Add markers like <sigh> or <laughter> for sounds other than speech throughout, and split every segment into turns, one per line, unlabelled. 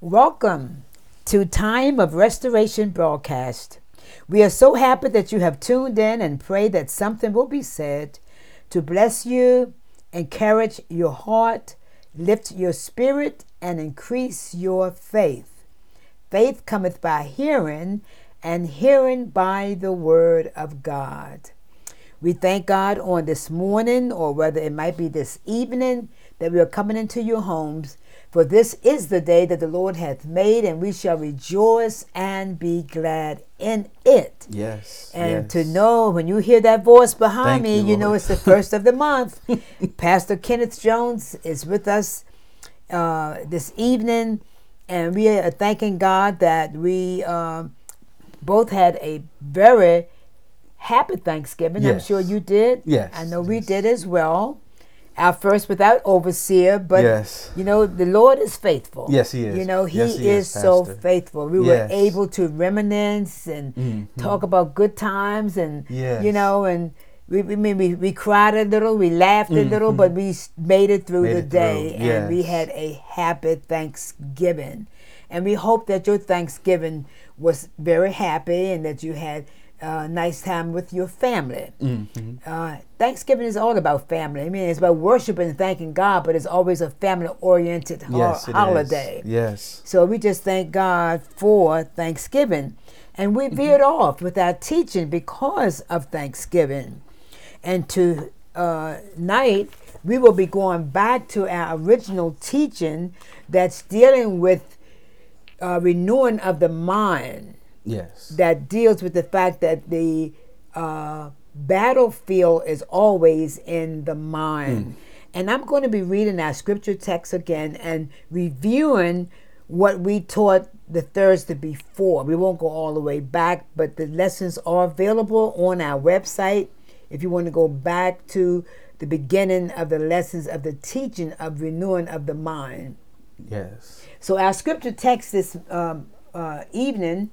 Welcome to Time of Restoration broadcast. We are so happy that you have tuned in and pray that something will be said to bless you, encourage your heart, lift your spirit, and increase your faith. Faith cometh by hearing, and hearing by the word of God. We thank God on this morning, or whether it might be this evening, that we are coming into your homes. For this is the day that the Lord hath made, and we shall rejoice and be glad in it.
Yes.
And
yes.
to know when you hear that voice behind
Thank
me,
you,
you know
Lord.
it's the first
<laughs>
of the month. Pastor Kenneth Jones is with us uh, this evening, and we are thanking God that we um both had a very happy Thanksgiving. I'm
Yes.
sure you did.
Yes,
I know we
yes.
did as well. Our first without overseer, but
Yes.
you know the Lord is faithful.
Yes, He is.
You know He,
Yes, He
is,
is,
so
Pastor.
faithful. We
Yes. Mm-hmm.
were able to reminisce and talk about good times, and you
Yes.
know, and we, we I mean we, we cried a little, we laughed a little, but we s- made it through
Mm-hmm. Made
the
it through,
day, and we
yes.
had a happy Thanksgiving. And we hope that your Thanksgiving was very happy and that you had a nice time with your family.
Mm-hmm.
Uh, Thanksgiving is all about family. I mean, it's about worshiping and thanking God, but it's always a family oriented
Yes, it is.
holiday.
Yes.
So we just thank God for Thanksgiving. And we veered off with our teaching because of Thanksgiving. And tonight, uh, night, we will be going back to our original teaching that's dealing with uh, renewing of the mind
Yes.
that deals with the fact that the uh, battlefield is always in the mind. And I'm going to be reading our scripture text again and reviewing what we taught the Thursday before. We won't go all the way back, but the lessons are available on our website if you want to go back to the beginning of the lessons of the teaching of renewing of the mind.
yes.
So our scripture text this um, uh, evening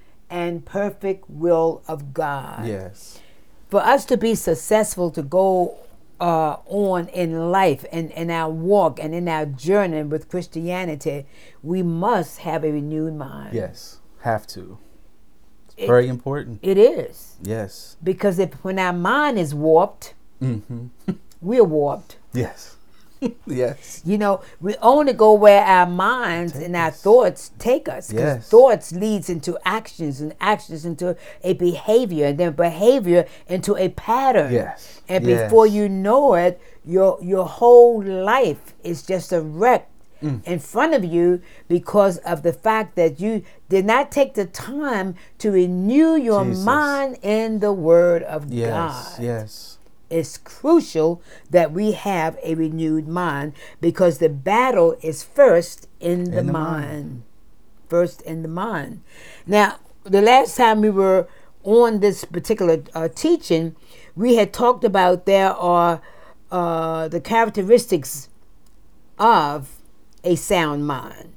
and perfect will of God
Yes.
for us to be successful to go uh, on in life and in our walk and in our journey with Christianity, we must have a renewed mind.
Yes. Have to. It's very important.
It is.
Yes. Mm-hmm.
Because if when our mind is warped, we're warped. <laughs>
Yes. yes.
You know, we only go where our minds and our
us.
thoughts take us. Because
Yes.
thoughts leads into actions and actions into a behavior and then behavior into a pattern.
Yes.
And before
Yes.
you know it, your your whole life is just a wreck
Mm.
in front of you because of the fact that you did not take the time to renew your
Jesus.
mind in the word of
Yes.
God
Yes.
it's crucial that we have a renewed mind because the battle is first in the,
In the
mind.
mind.
First in the mind. Now, the last time we were on this particular uh, teaching, we had talked about there are uh, the characteristics of a sound mind.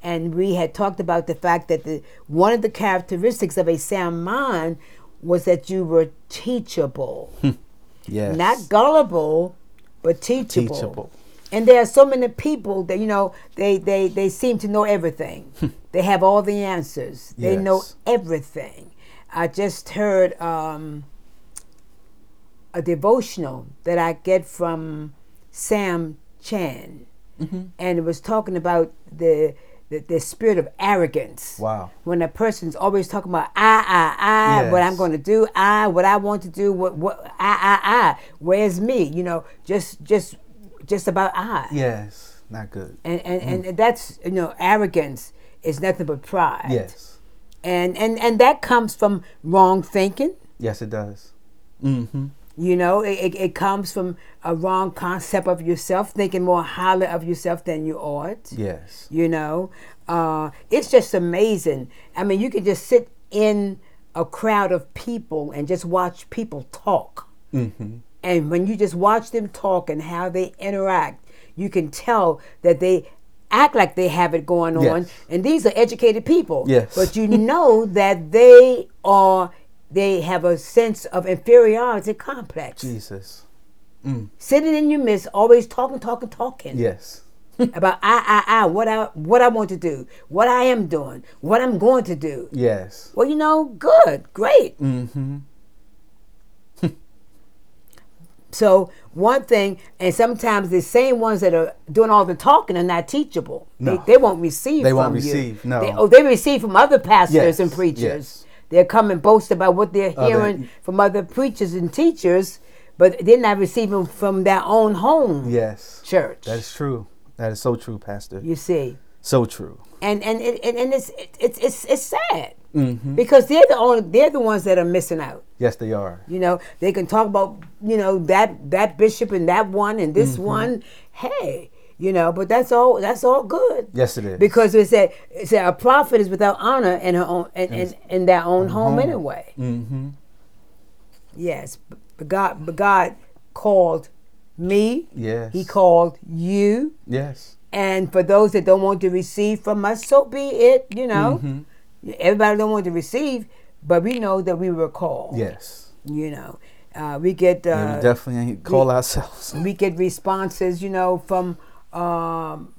And we had talked about the fact that the, one of the characteristics of a sound mind was that you were teachable
Yes.
not gullible, but teachable.
Teachable.
And there are so many people that you know they they they seem to know everything. they have all the answers. They know
Hmm. Yes.
everything. I just heard um, a devotional that I get from Sam Chan,
Mm-hmm.
and it was talking about the. The, the spirit of arrogance.
Wow.
When a person's always talking about I, I, I, what I'm
Yes.
going to do, I, what I want to do, what, what, I, I, I, where's me? You know, just, just, just about I.
Yes. Not good.
And, and,
Mm.
and that's, you know, arrogance is nothing but pride.
Yes.
And, and, and that comes from wrong thinking
Yes, it does. Mm-hmm.
You know, it, it, it comes from a wrong concept of yourself, thinking more highly of yourself than you ought.
Yes.
You know, uh, it's just amazing. I mean, you could just sit in a crowd of people and just watch people talk.
Mm-hmm.
And when you just watch them talk and how they interact, you can tell that they act like they have it going on.
Yes.
And these are educated people.
Yes.
But you know <laughs> that they are they have a sense of inferiority complex.
Mm. Jesus.
Sitting in your midst, always talking, talking, talking
Yes.
about I, I, I, what I, what I want to do, what I am doing, what I'm going to do.
Yes.
Well, you know, good, great.
Mm-hmm.
<laughs> So one thing, and sometimes the same ones that are doing all the talking are not teachable.
No.
They, they won't receive.
They won't
from you.
receive, no.
They, oh, they receive from other pastors
Yes,
and preachers.
yes.
They're coming boast about what they're
Other-
hearing from other preachers and teachers, but they're not receiving from their own home
Yes.
church.
That is true. That is so true, Pastor.
you see.
So true.
and and it, and, and it's it- it's it's it's sad
Mm-hmm.
because they're the only they're the ones that are missing out.
Yes, they are.
You know, they can talk about you know that that bishop and that one and this
Mm-hmm.
one. Hey, you know, but that's all that's all good.
Yes, it is.
Because it said, it said a prophet is without honor in her own in, in, in their own home,
home.
anyway.
Mm-hmm.
Yes, but God, but God called me.
Yes.
He called you.
Yes.
And for those that don't want to receive from us, so be it. You know,
Mm-hmm.
everybody don't want to receive, but we know that we were called.
Yes.
You know, uh, we get uh,
yeah, we definitely ain't call ourselves. <laughs>
we get responses. You know, from um,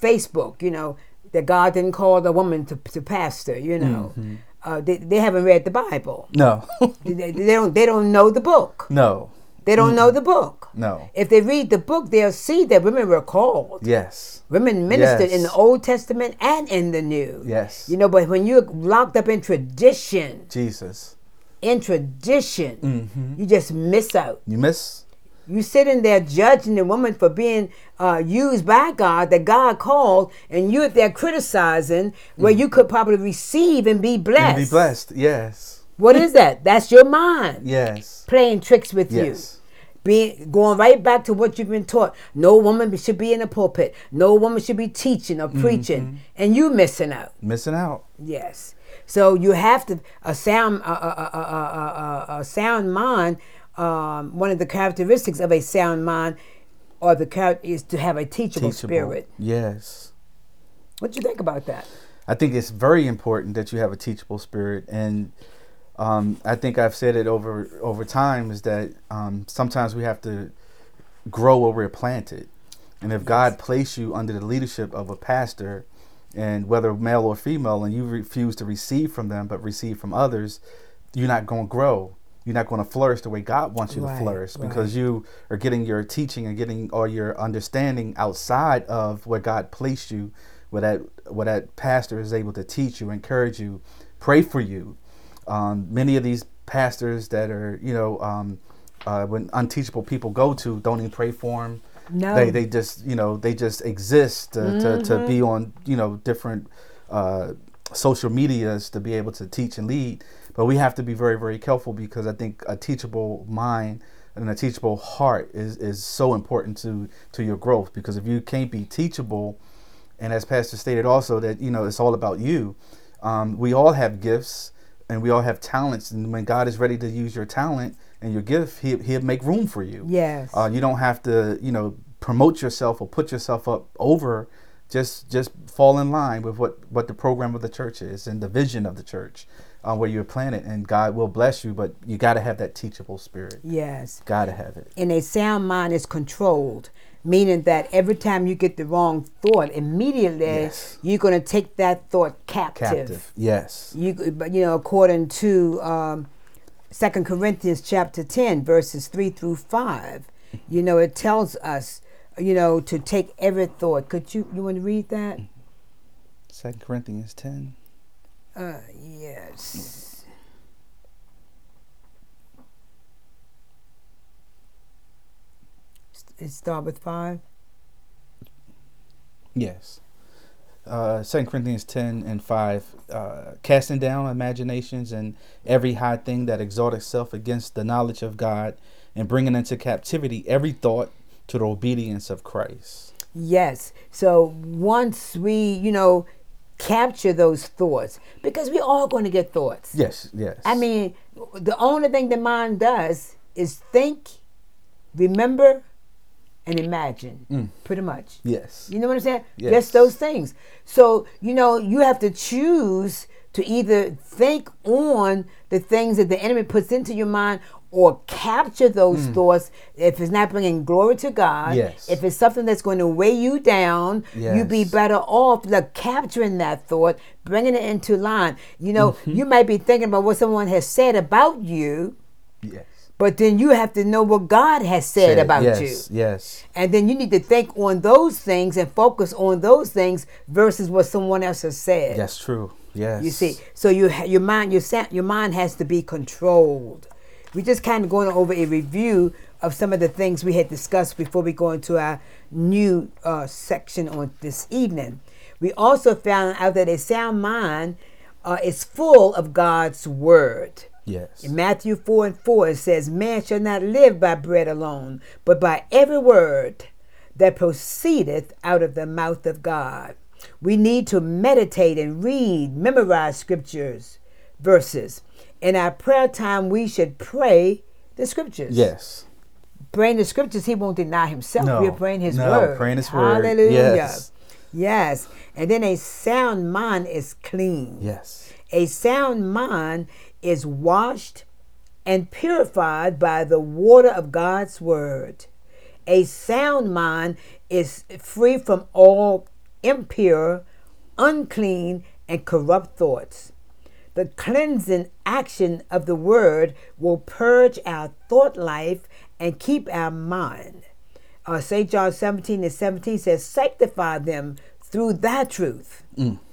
Facebook. You know, that God didn't call the woman to, to pastor. You know,
Mm-hmm.
uh, they they haven't read the Bible.
No. <laughs>
They, they don't they don't know the book.
no.
They don't know the book.
No.
If they read the book, they'll see that women were called.
Yes.
Women ministered in
Yes.
the Old Testament and in the New.
Yes.
You know, but when you're locked up in tradition,
Jesus.
in tradition,
Mm-hmm.
you just miss out.
You miss?
You sitting there judging the woman for being uh, used by God that God called, and you're there criticizing where you could probably receive and be blessed.
Mm. And be blessed. Yes.
What is that? That's your mind
Yes.
playing tricks with
Yes.
you. Being going right back to what you've been taught. No woman should be in the pulpit. No woman should be teaching or preaching,
Mm-hmm.
and you missing out.
Missing out.
Yes. So you have to a sound a, a, a, a, a, a- a sound mind. Um, one of the characteristics of a sound mind, or the char- is to have a teachable,
Teachable.
spirit.
Yes.
What you think about that?
I think it's very important that you have a teachable spirit, and um, I think I've said it over over time is that um, sometimes we have to grow where we're planted, and if God placed you under the leadership of a pastor, and whether male or female, and you refuse to receive from them but receive from others, you're not going to grow. You're not going to flourish the way God wants you
Right,
to flourish
right.
because you are getting your teaching and getting all your understanding outside of where God placed you, where that where that pastor is able to teach you, encourage you, pray for you. Um, many of these pastors that are you know um, uh, when unteachable people go to don't even pray for them.
No.
They they just you know they just exist to, to, to be on you know different uh, social medias to be able to teach and lead. But we have to be very very careful because I think a teachable mind and a teachable heart is is so important to to your growth because if you can't be teachable, and as Pastor stated also that you know it's all about you. Um, we all have gifts and we all have talents, and when God is ready to use your talent and your gift, he, He'll make room for you.
Yes.
Uh, you don't have to, you know, promote yourself or put yourself up over. Just just fall in line with what what the program of the church is and the vision of the church, uh, where you're planted, and God will bless you. But you got to have that teachable spirit.
Yes.
Got to have it.
And a sound mind is controlled, meaning that every time you get the wrong thought, immediately
Yes.
you're going to take that thought
Captive. Yes.
you but you know according to um, 2 corinthians chapter 10 verses 3 through 5 you know it tells us you know to take every thought could you you want to read that
Second Corinthians ten.
uh, yes it start with five
Yes. uh, 2 Corinthians 10 and 5, uh, casting down imaginations and every high thing that exalts itself against the knowledge of God, and bringing into captivity every thought to the obedience of Christ.
Yes. So once we, you know, capture those thoughts, because we all going to get thoughts.
Yes, yes.
I mean, the only thing the mind does is think, remember, and imagine, pretty much.
yes.
You know what I'm saying?
Yes.
Just those things. So, you know, you have to choose to either think on the things that the enemy puts into your mind or capture those thoughts if it's not bringing glory to God.
Hmm. Yes.
If it's something that's going to weigh you down, you'd be
Yes.
better off like capturing that thought, bringing it into line. You know,
Mm-hmm.
you might be thinking about what someone has said about you,
Yes.
but then you have to know what God has said, about
yes,
you.
Yes.
And then you need to think on those things and focus on those things versus what someone else has said.
That's true. Yes.
You see, so you ha- your mind your sa- your mind has to be controlled. We're just kind of going over a review of some of the things we had discussed before we go into our new uh, section on this evening. We also found out that a sound mind uh, is full of God's word.
Yes.
In Matthew 4 and 4, it says, Man shall not live by bread alone, but by every word that proceedeth out of the mouth of God. We need to meditate and read, memorize scriptures, verses. In our prayer time, we should pray the scriptures.
Yes.
Praying the scriptures, he won't deny himself.
No.
We're praying his
No,
word.
praying his word.
Hallelujah.
Yes.
Yes. And then a sound mind is clean.
Yes.
A sound mind is washed and purified by the water of God's word. A sound mind is free from all impure, unclean, and corrupt thoughts. The cleansing action of the word will purge our thought life and keep our mind. Uh, St. John 17 and 17 says, Sanctify them through thy truth. Thy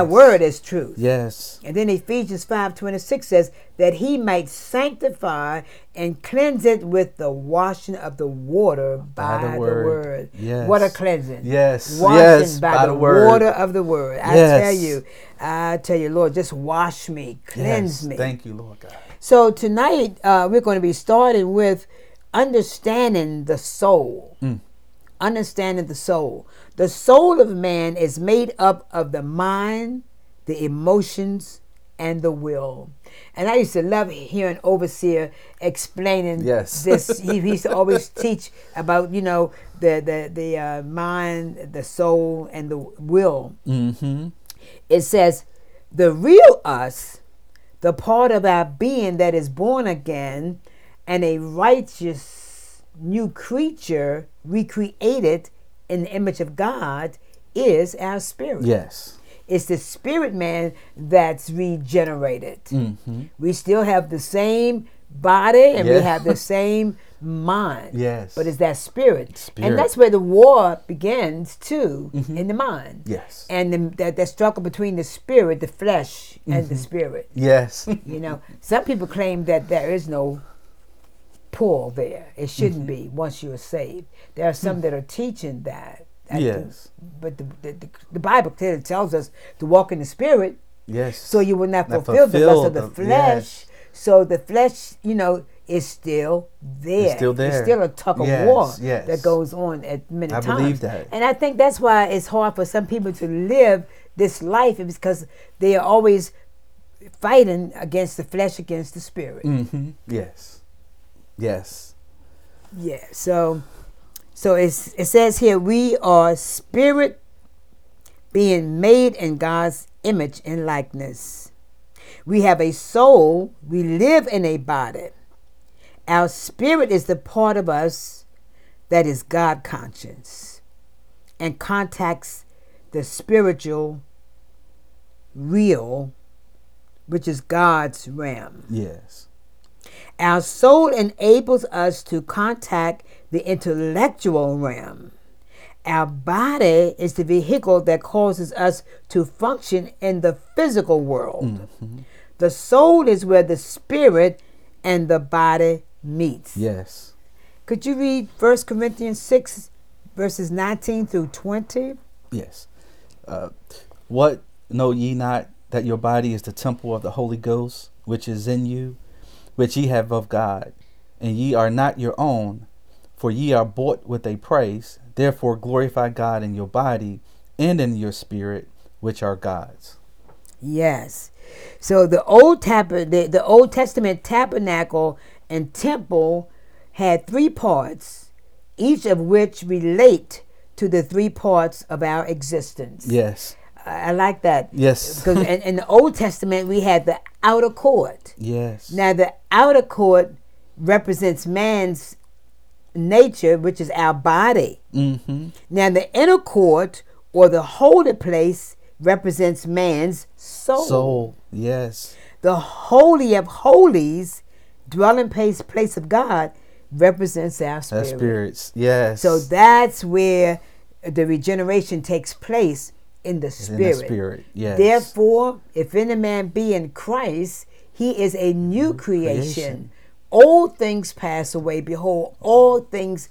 yes.
word is truth.
Yes.
And then Ephesians 5:26 says that he might sanctify and cleanse it with the washing of the water by, the word.
Yes.
What a cleansing.
Yes.
Washing
Yes,
by,
by
the,
the word.
water of the word. I tell
Yes.
you, I tell you, Lord, just wash me, cleanse
yes.
me.
Thank you, Lord God.
So tonight uh, we're going to be starting with understanding the soul. Understanding the soul. The soul of man is made up of the mind, the emotions, and the will. And I used to love hearing overseer explaining
Yes.
<laughs> this. He, he used to always teach about you know the the the uh, mind, the soul, and the will
Mm-hmm.
it says the real us the part of our being that is born again and a righteous new creature recreated in the image of god is our spirit
Yes.
it's the spirit man that's regenerated we still have the same body and
Mm-hmm. Yeah.
we
<laughs>
have the same mind
Yes.
but it's that spirit,
Spirit. Mm-hmm.
and that's where the war begins too in the mind
Yes.
and the, that, that struggle between the spirit, the flesh, and
Mm-hmm.
the spirit.
Yes. <laughs>
You know, some people claim that there is no pull there. It shouldn't
Mm-hmm.
be once you are saved. There are some that are teaching that. I think-
Mm. Yes.
but the, the, the, the Bible clearly tells us to walk in the spirit
Yes.
so you will not,
Not
fulfill the lust of
fulfill
the
the-
flesh.
yes.
So the flesh, you know, is still there.
It's still there.
still a tug of
Yes,
war
yes.
that goes on at many
I
times.
believe that.
And I think that's why it's hard for some people to live this life is because they are always fighting against the flesh, against the spirit.
Mm-hmm. Yes. Yes.
Yeah. So, so it's, it says here we are spirit being made in God's image and likeness. We have a soul. We live in a body. Our spirit is the part of us that is God conscious and contacts the spiritual real, which is God's realm.
Yes.
Our soul enables us to contact the intellectual realm. Our body is the vehicle that causes us to function in the physical world. The soul is where the spirit and the body meets.
Yes.
Could you read 1 Corinthians 6 verses 19 through 20?
Yes. Uh, what know ye not that your body is the temple of the Holy Ghost, which is in you, which ye have of God, and ye are not your own, for ye are bought with a price. Therefore glorify God in your body and in your spirit, which are God's.
Yes. So the old taber- the, the Old Testament tabernacle and temple had three parts, each of which relate to the three parts of our existence.
Yes.
I, I like that.
Yes.
<laughs> 'Cause in, in the Old Testament we had the outer court.
yes.
Now the outer court represents man's nature, which is our body.
mm-hmm.
Now the inner court or the holy place represents man's
Soul. Yes.
the holy of holies, dwelling place place of God, represents our
That
spirit.
spirits. Yes.
So that's where the regeneration takes place in the
in
spirit.
the spirit. Yes.
Therefore, if any man be in Christ, he is a new creation.
creation.
All things pass away. Behold, all things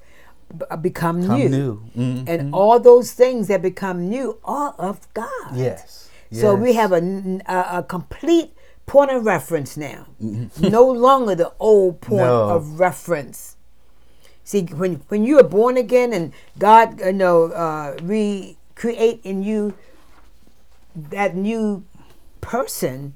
b- become
I'm
new.
new. Mm.
And all those things that become new are of God.
Yes.
So we
Yes.
have a, n- a, a complete point of reference now. no longer the old point
Mm-hmm. No.
of reference. See, when when you are born again and God, you know, uh, recreate in you that new person,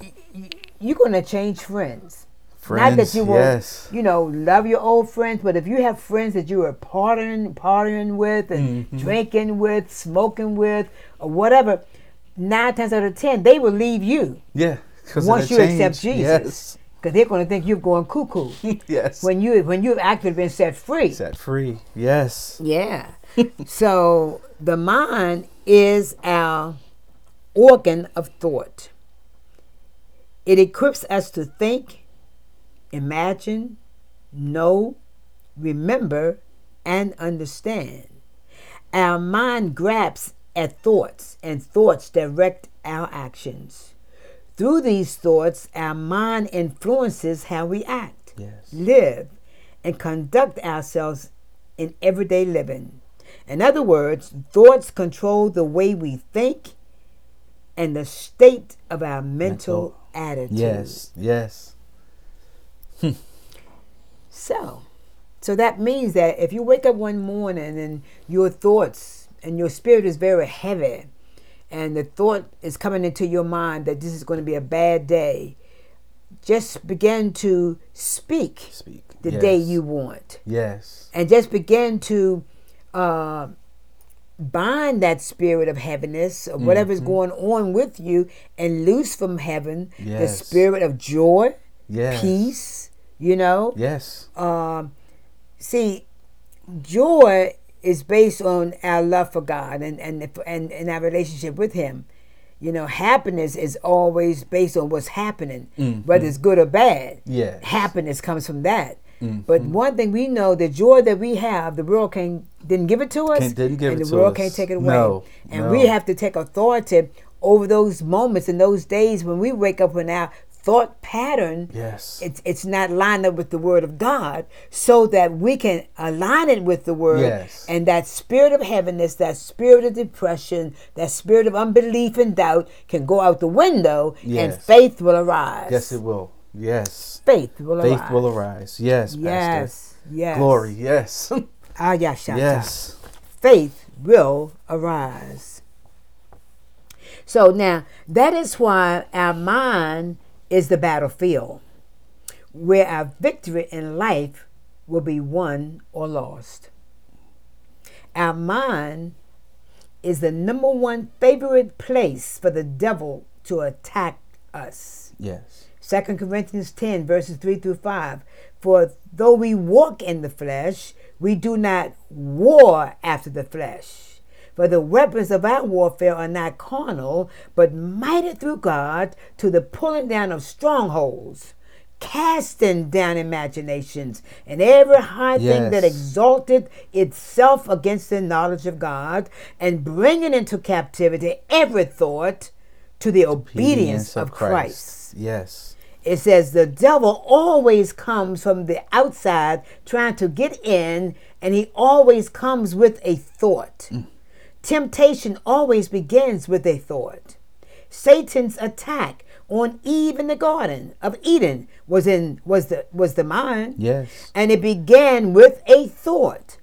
y- y- you're gonna change friends. Not that
Friends,
you will,
yes.
you know, love your old friends, but if you have friends that you are partying, partying with, and
Mm-hmm.
drinking with, smoking with, or whatever, nine times out of ten they will leave you
Yeah. 'cause of the
once you accept
change.
Jesus, because they're gonna think you're going cuckoo <laughs>
Yes. yes.
when you when you've actually been set free.
set free. Yes.
Yeah. so the mind is our organ of thought. It equips us to think, imagine, know, remember, and understand. Our mind grabs at thoughts, and thoughts direct our actions. Through these thoughts, our mind influences how we act
Yes.
live, and conduct ourselves in everyday living. In other words, thoughts control the way we think and the state of our mental, attitude.
Yes. Yes.
So, so that means that if you wake up one morning and your thoughts and your spirit is very heavy, and the thought is coming into your mind that this is going to be a bad day, just begin to speak
Speak.
the
yes.
day you want.
Yes.
and just begin to uh, bind that spirit of heaviness or whatever's
Mm-hmm.
going on with you and loose from heaven
Yes.
the spirit of joy,
Yes.
peace, you know?
Yes.
Um, see, joy is based on our love for God and, and, and, and our relationship with Him. You know, happiness is always based on what's happening,
Mm-hmm.
whether it's good or bad.
Yes.
Happiness comes from that.
Mm-hmm.
But one thing we know, the joy that we have, the world can didn't give it to us,
Can't- didn't give
and
it
the
to
world
us.
can't take it away.
No,
and
no.
we have to take authority over those moments and those days when we wake up in our thought pattern
Yes.
it's it's not lined up with the word of God, so that we can align it with the word.
Yes.
And that spirit of heaviness, that spirit of depression, that spirit of unbelief and doubt can go out the window, and
Yes.
faith will arise.
yes, it will. Yes.
faith will
Faith
arise.
will arise. Yes,
Yes. Yes.
Pastor. Glory.
<laughs>
Yes.
Ah, yeah, shout, shout.
yes.
faith will arise. So now, that is why our mind is the battlefield where our victory in life will be won or lost. Our mind is the number one favorite place for the devil to attack us.
Yes.
2 Corinthians 10, verses 3 through 5. For though we walk in the flesh, we do not war after the flesh. For the weapons of our warfare are not carnal, but mighty through God to the pulling down of strongholds, casting down imaginations, and every high thing that
Yes.
exalted itself against the knowledge of God, and bringing into captivity every thought to the obedience, of Christ.
Yes.
It says the devil always comes from the outside trying to get in, and he always comes with a thought. Temptation always begins with a thought. Satan's attack on Eve in the Garden of Eden was in was the was the mind.
Yes.
And it began with a thought.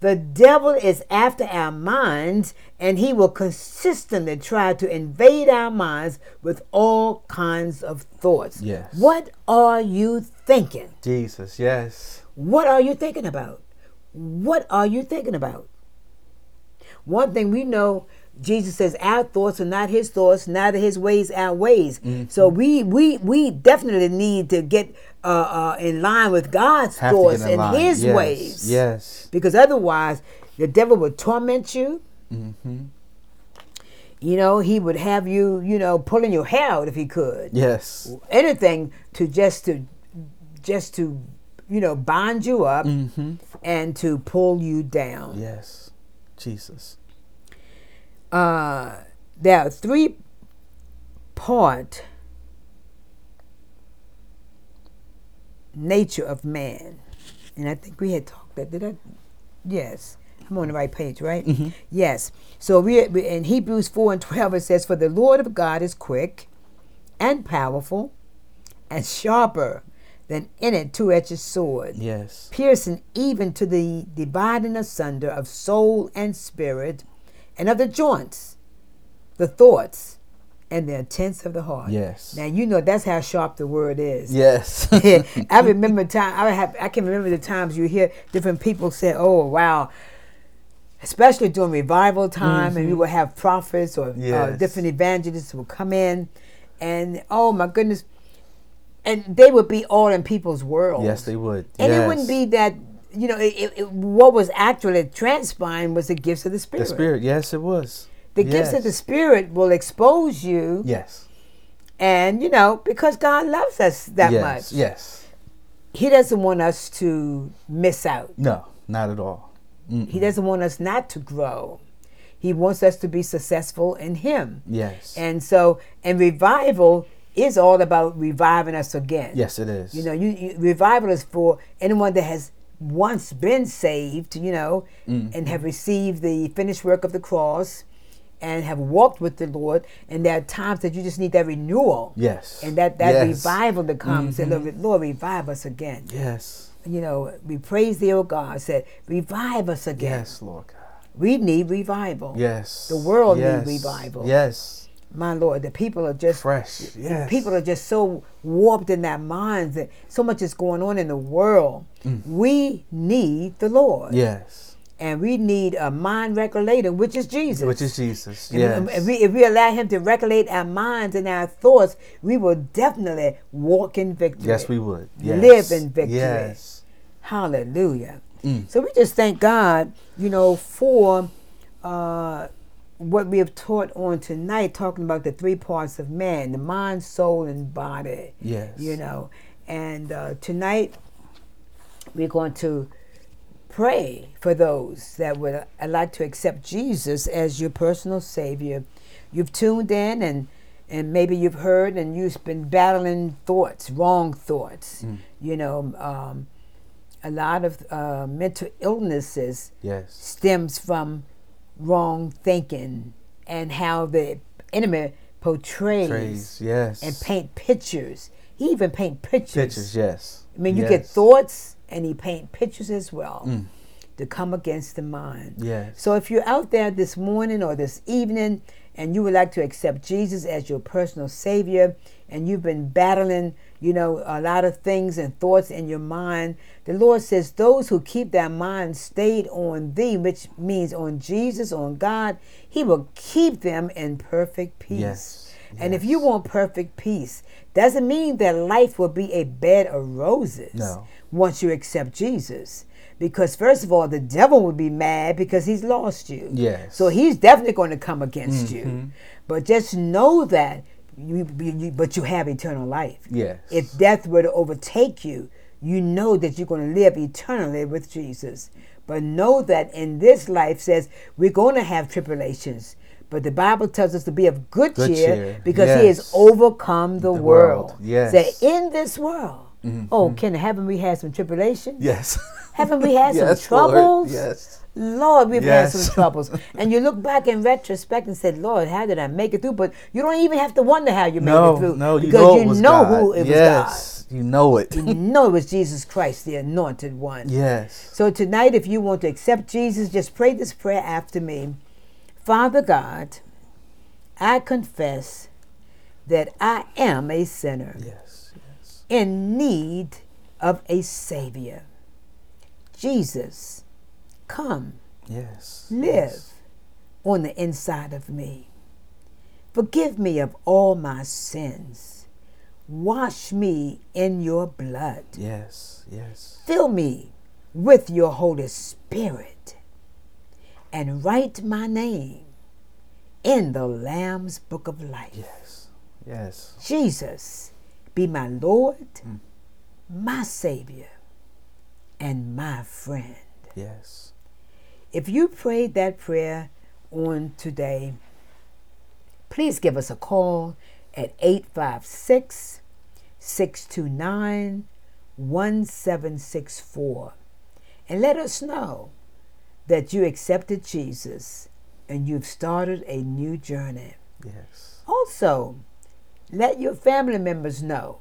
The devil is after our minds, and he will consistently try to invade our minds with all kinds of thoughts.
Yes.
What are you thinking?
Jesus. Yes.
What are you thinking about? What are you thinking about? One thing we know, Jesus says our thoughts are not his thoughts, neither his ways our ways.
Mm-hmm.
So we we we definitely need to get uh, uh, in line with God's
Have to
thoughts
get in
and
line.
his
yes.
ways.
Yes.
Because otherwise, the devil would torment you.
Mm-hmm.
You know, he would have you, you know, pulling your hair out if he could
Yes.
anything to just to just to you know bind you up and to pull you down
Yes. Jesus.
uh there are three part nature of man and i think we had talked that did i yes i'm on the right page right yes so we we- in hebrews 4 and 12 it says for the lord of god is quick and powerful and sharper than any two-edged sword
Yes.
piercing even to the dividing asunder of soul and spirit, and of the joints, the thoughts, and the intents of the heart.
Yes.
Now you know that's how sharp the word is.
Yes.
<laughs> I remember time I have I can remember the times you hear different people say, "Oh wow." Especially during revival time, and we will have prophets or uh,
Mm-hmm. Yes.
different evangelists will come in, and oh my goodness, and they would be all in people's world.
<laughs> yes, they would.
And
yes.
it wouldn't be that, you know, it, it, it- what was actually transpiring was the gifts of the Spirit.
the spirit. Yes, it was.
The gifts of the Spirit will expose you,
Yes.
and, you know, because God loves us that
yes.
much,
Yes.
He doesn't want us to miss out.
No, not at all.
He doesn't want us not to grow. He wants us to be successful in Him.
Yes.
And so, and revival is all about reviving us again.
yes, it is.
You know, you, you revival is for anyone that has once been saved, you know,
Mm-hmm.
and have received the finished work of the cross and have walked with the Lord. And there are times that you just need that renewal.
Yes.
And that, that
Yes. Mm-hmm.
revival that comes, say, Lord, Lord, revive us again.
Yes.
You know, we praise the old God, said, revive us again.
Yes, Lord God.
We need revival.
Yes.
The world need
yes.
revival.
Yes.
My Lord, the people are just
Fresh. Yes.
people are just so warped in their minds that so much is going on in the world.
Mm.
We need the Lord.
Yes.
And we need a mind regulator, which is Jesus.
Which is Jesus.
And
Yes.
if, we, if we allow him to regulate our minds and our thoughts, we will definitely walk in victory.
yes, we would. Yes.
Live in victory.
Yes.
Hallelujah.
Mm.
So we just thank God, you know, for uh, what we have taught on tonight, talking about the three parts of man the mind, soul, and body.
Yes.
You know, and uh, tonight we're going to pray for those that would uh, like to accept Jesus as your personal Savior. You've tuned in and and maybe you've heard and you've been battling thoughts, wrong thoughts. You know, um, a lot of uh, mental illnesses
Yes.
stems from wrong thinking and how the enemy portrays
Praise. Yes.
and paint pictures. He even paint pictures.
Pictures. Yes.
I mean, you
yes. Mm.
get thoughts, and he paint pictures as well to come against the mind.
Yes.
So if you're out there this morning or this evening, and you would like to accept Jesus as your personal Savior, and you've been battling, you know, a lot of things and thoughts in your mind, the Lord says, "Those who keep their mind stayed on Thee, which means on Jesus, on God, He will keep them in perfect peace."
Yes,
And if you
yes.
want perfect peace, doesn't mean that life will be a bed of roses
No.
once you accept Jesus. Because first of all, the devil would be mad because he's lost you.
Yes. Mm-hmm.
So he's definitely going to come against you. But just know that you, you, you- but you have eternal life.
Yes.
If death were to overtake you, you know that you're going to live eternally with Jesus. But know that in this life says we're going to have tribulations. But the Bible tells us to be of good,
Good
cheer,
cheer.
because he has
Yes.
overcome the,
The
world.
world. Yes. Mm-hmm,
Say, in this world, Oh, can haven't we had some tribulation? <laughs>
Yes.
Haven't we
<laughs>
had some
yes, Lord.
troubles?
Yes.
Lord, we've had some
Yes. <laughs>
troubles. And you look back in retrospect and said, Lord, how did I make it through? But you don't even have to wonder how you made it
No,
through.
no, you
because
know
you
it was
know
God.
who it was
yes, you know it.
God. You know it was Jesus Christ, the anointed one.
<laughs> yes.
So tonight, if you want to accept Jesus, just pray this prayer after me. Father God, I confess that I am a sinner
Yes. Yes.
in need of a Savior. Jesus, come
Yes.
live
yes.
on the inside of me. Forgive me of all my sins. Wash me in your blood.
Yes. Yes.
Fill me with your Holy Spirit and write my name in the Lamb's Book of Life.
Yes. Yes.
Jesus, be my Lord, my Savior, and my friend.
Yes.
If you prayed that prayer on today, please give us a call at 856 629 1764 and let us know that you accepted Jesus and you've started a new journey.
Yes.
Also, let your family members know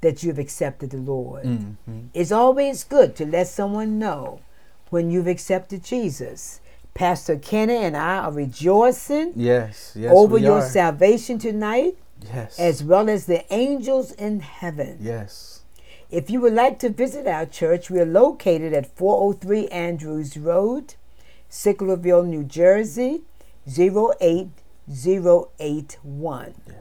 that you've accepted the Lord.
Mm-hmm.
It's always good to let someone know when you've accepted Jesus. Pastor Kenny and I are rejoicing
Yes. Yes.
over
we
your
are.
salvation tonight,
Yes.
as well as the angels in heaven.
yes.
If you would like to visit our church, we are located at 403 Andrews Road, Sicklerville, New Jersey, 08081.
Yes.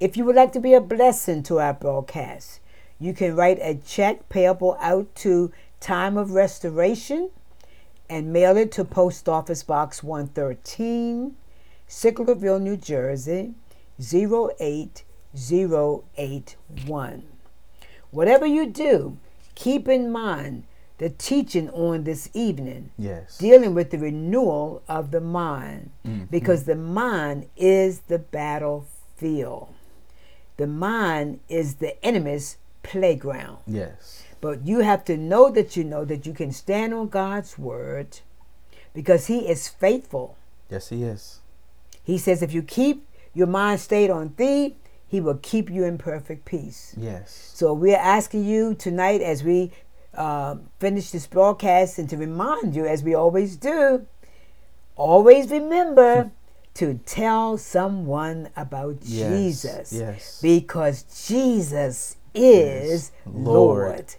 If you would like to be a blessing to our broadcast, you can write a check payable out to Time of Restoration and mail it to Post Office Box 113, Sicklerville, New Jersey, 08081. Whatever you do, keep in mind the teaching on this evening
Yes.
dealing with the renewal of the mind because the mind is the battlefield. The mind is the enemy's playground.
Yes.
But you have to know that you know that you can stand on God's word because He is faithful.
Yes, he is.
He says, if you keep your mind stayed on Thee, He will keep you in perfect peace.
Yes.
So we're asking you tonight as we uh, finish this broadcast and to remind you, as we always do, always remember to tell someone about
Hmm. Yes,
Jesus.
yes.
Because Jesus is
Yes,
Lord.
Lord.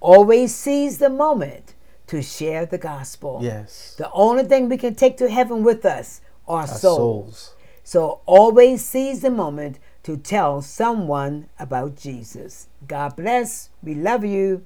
Always seize the moment to share the gospel.
Yes.
The only thing we can take to heaven with us are
Our
souls. So always seize the moment to tell someone about Jesus. God bless. We love you.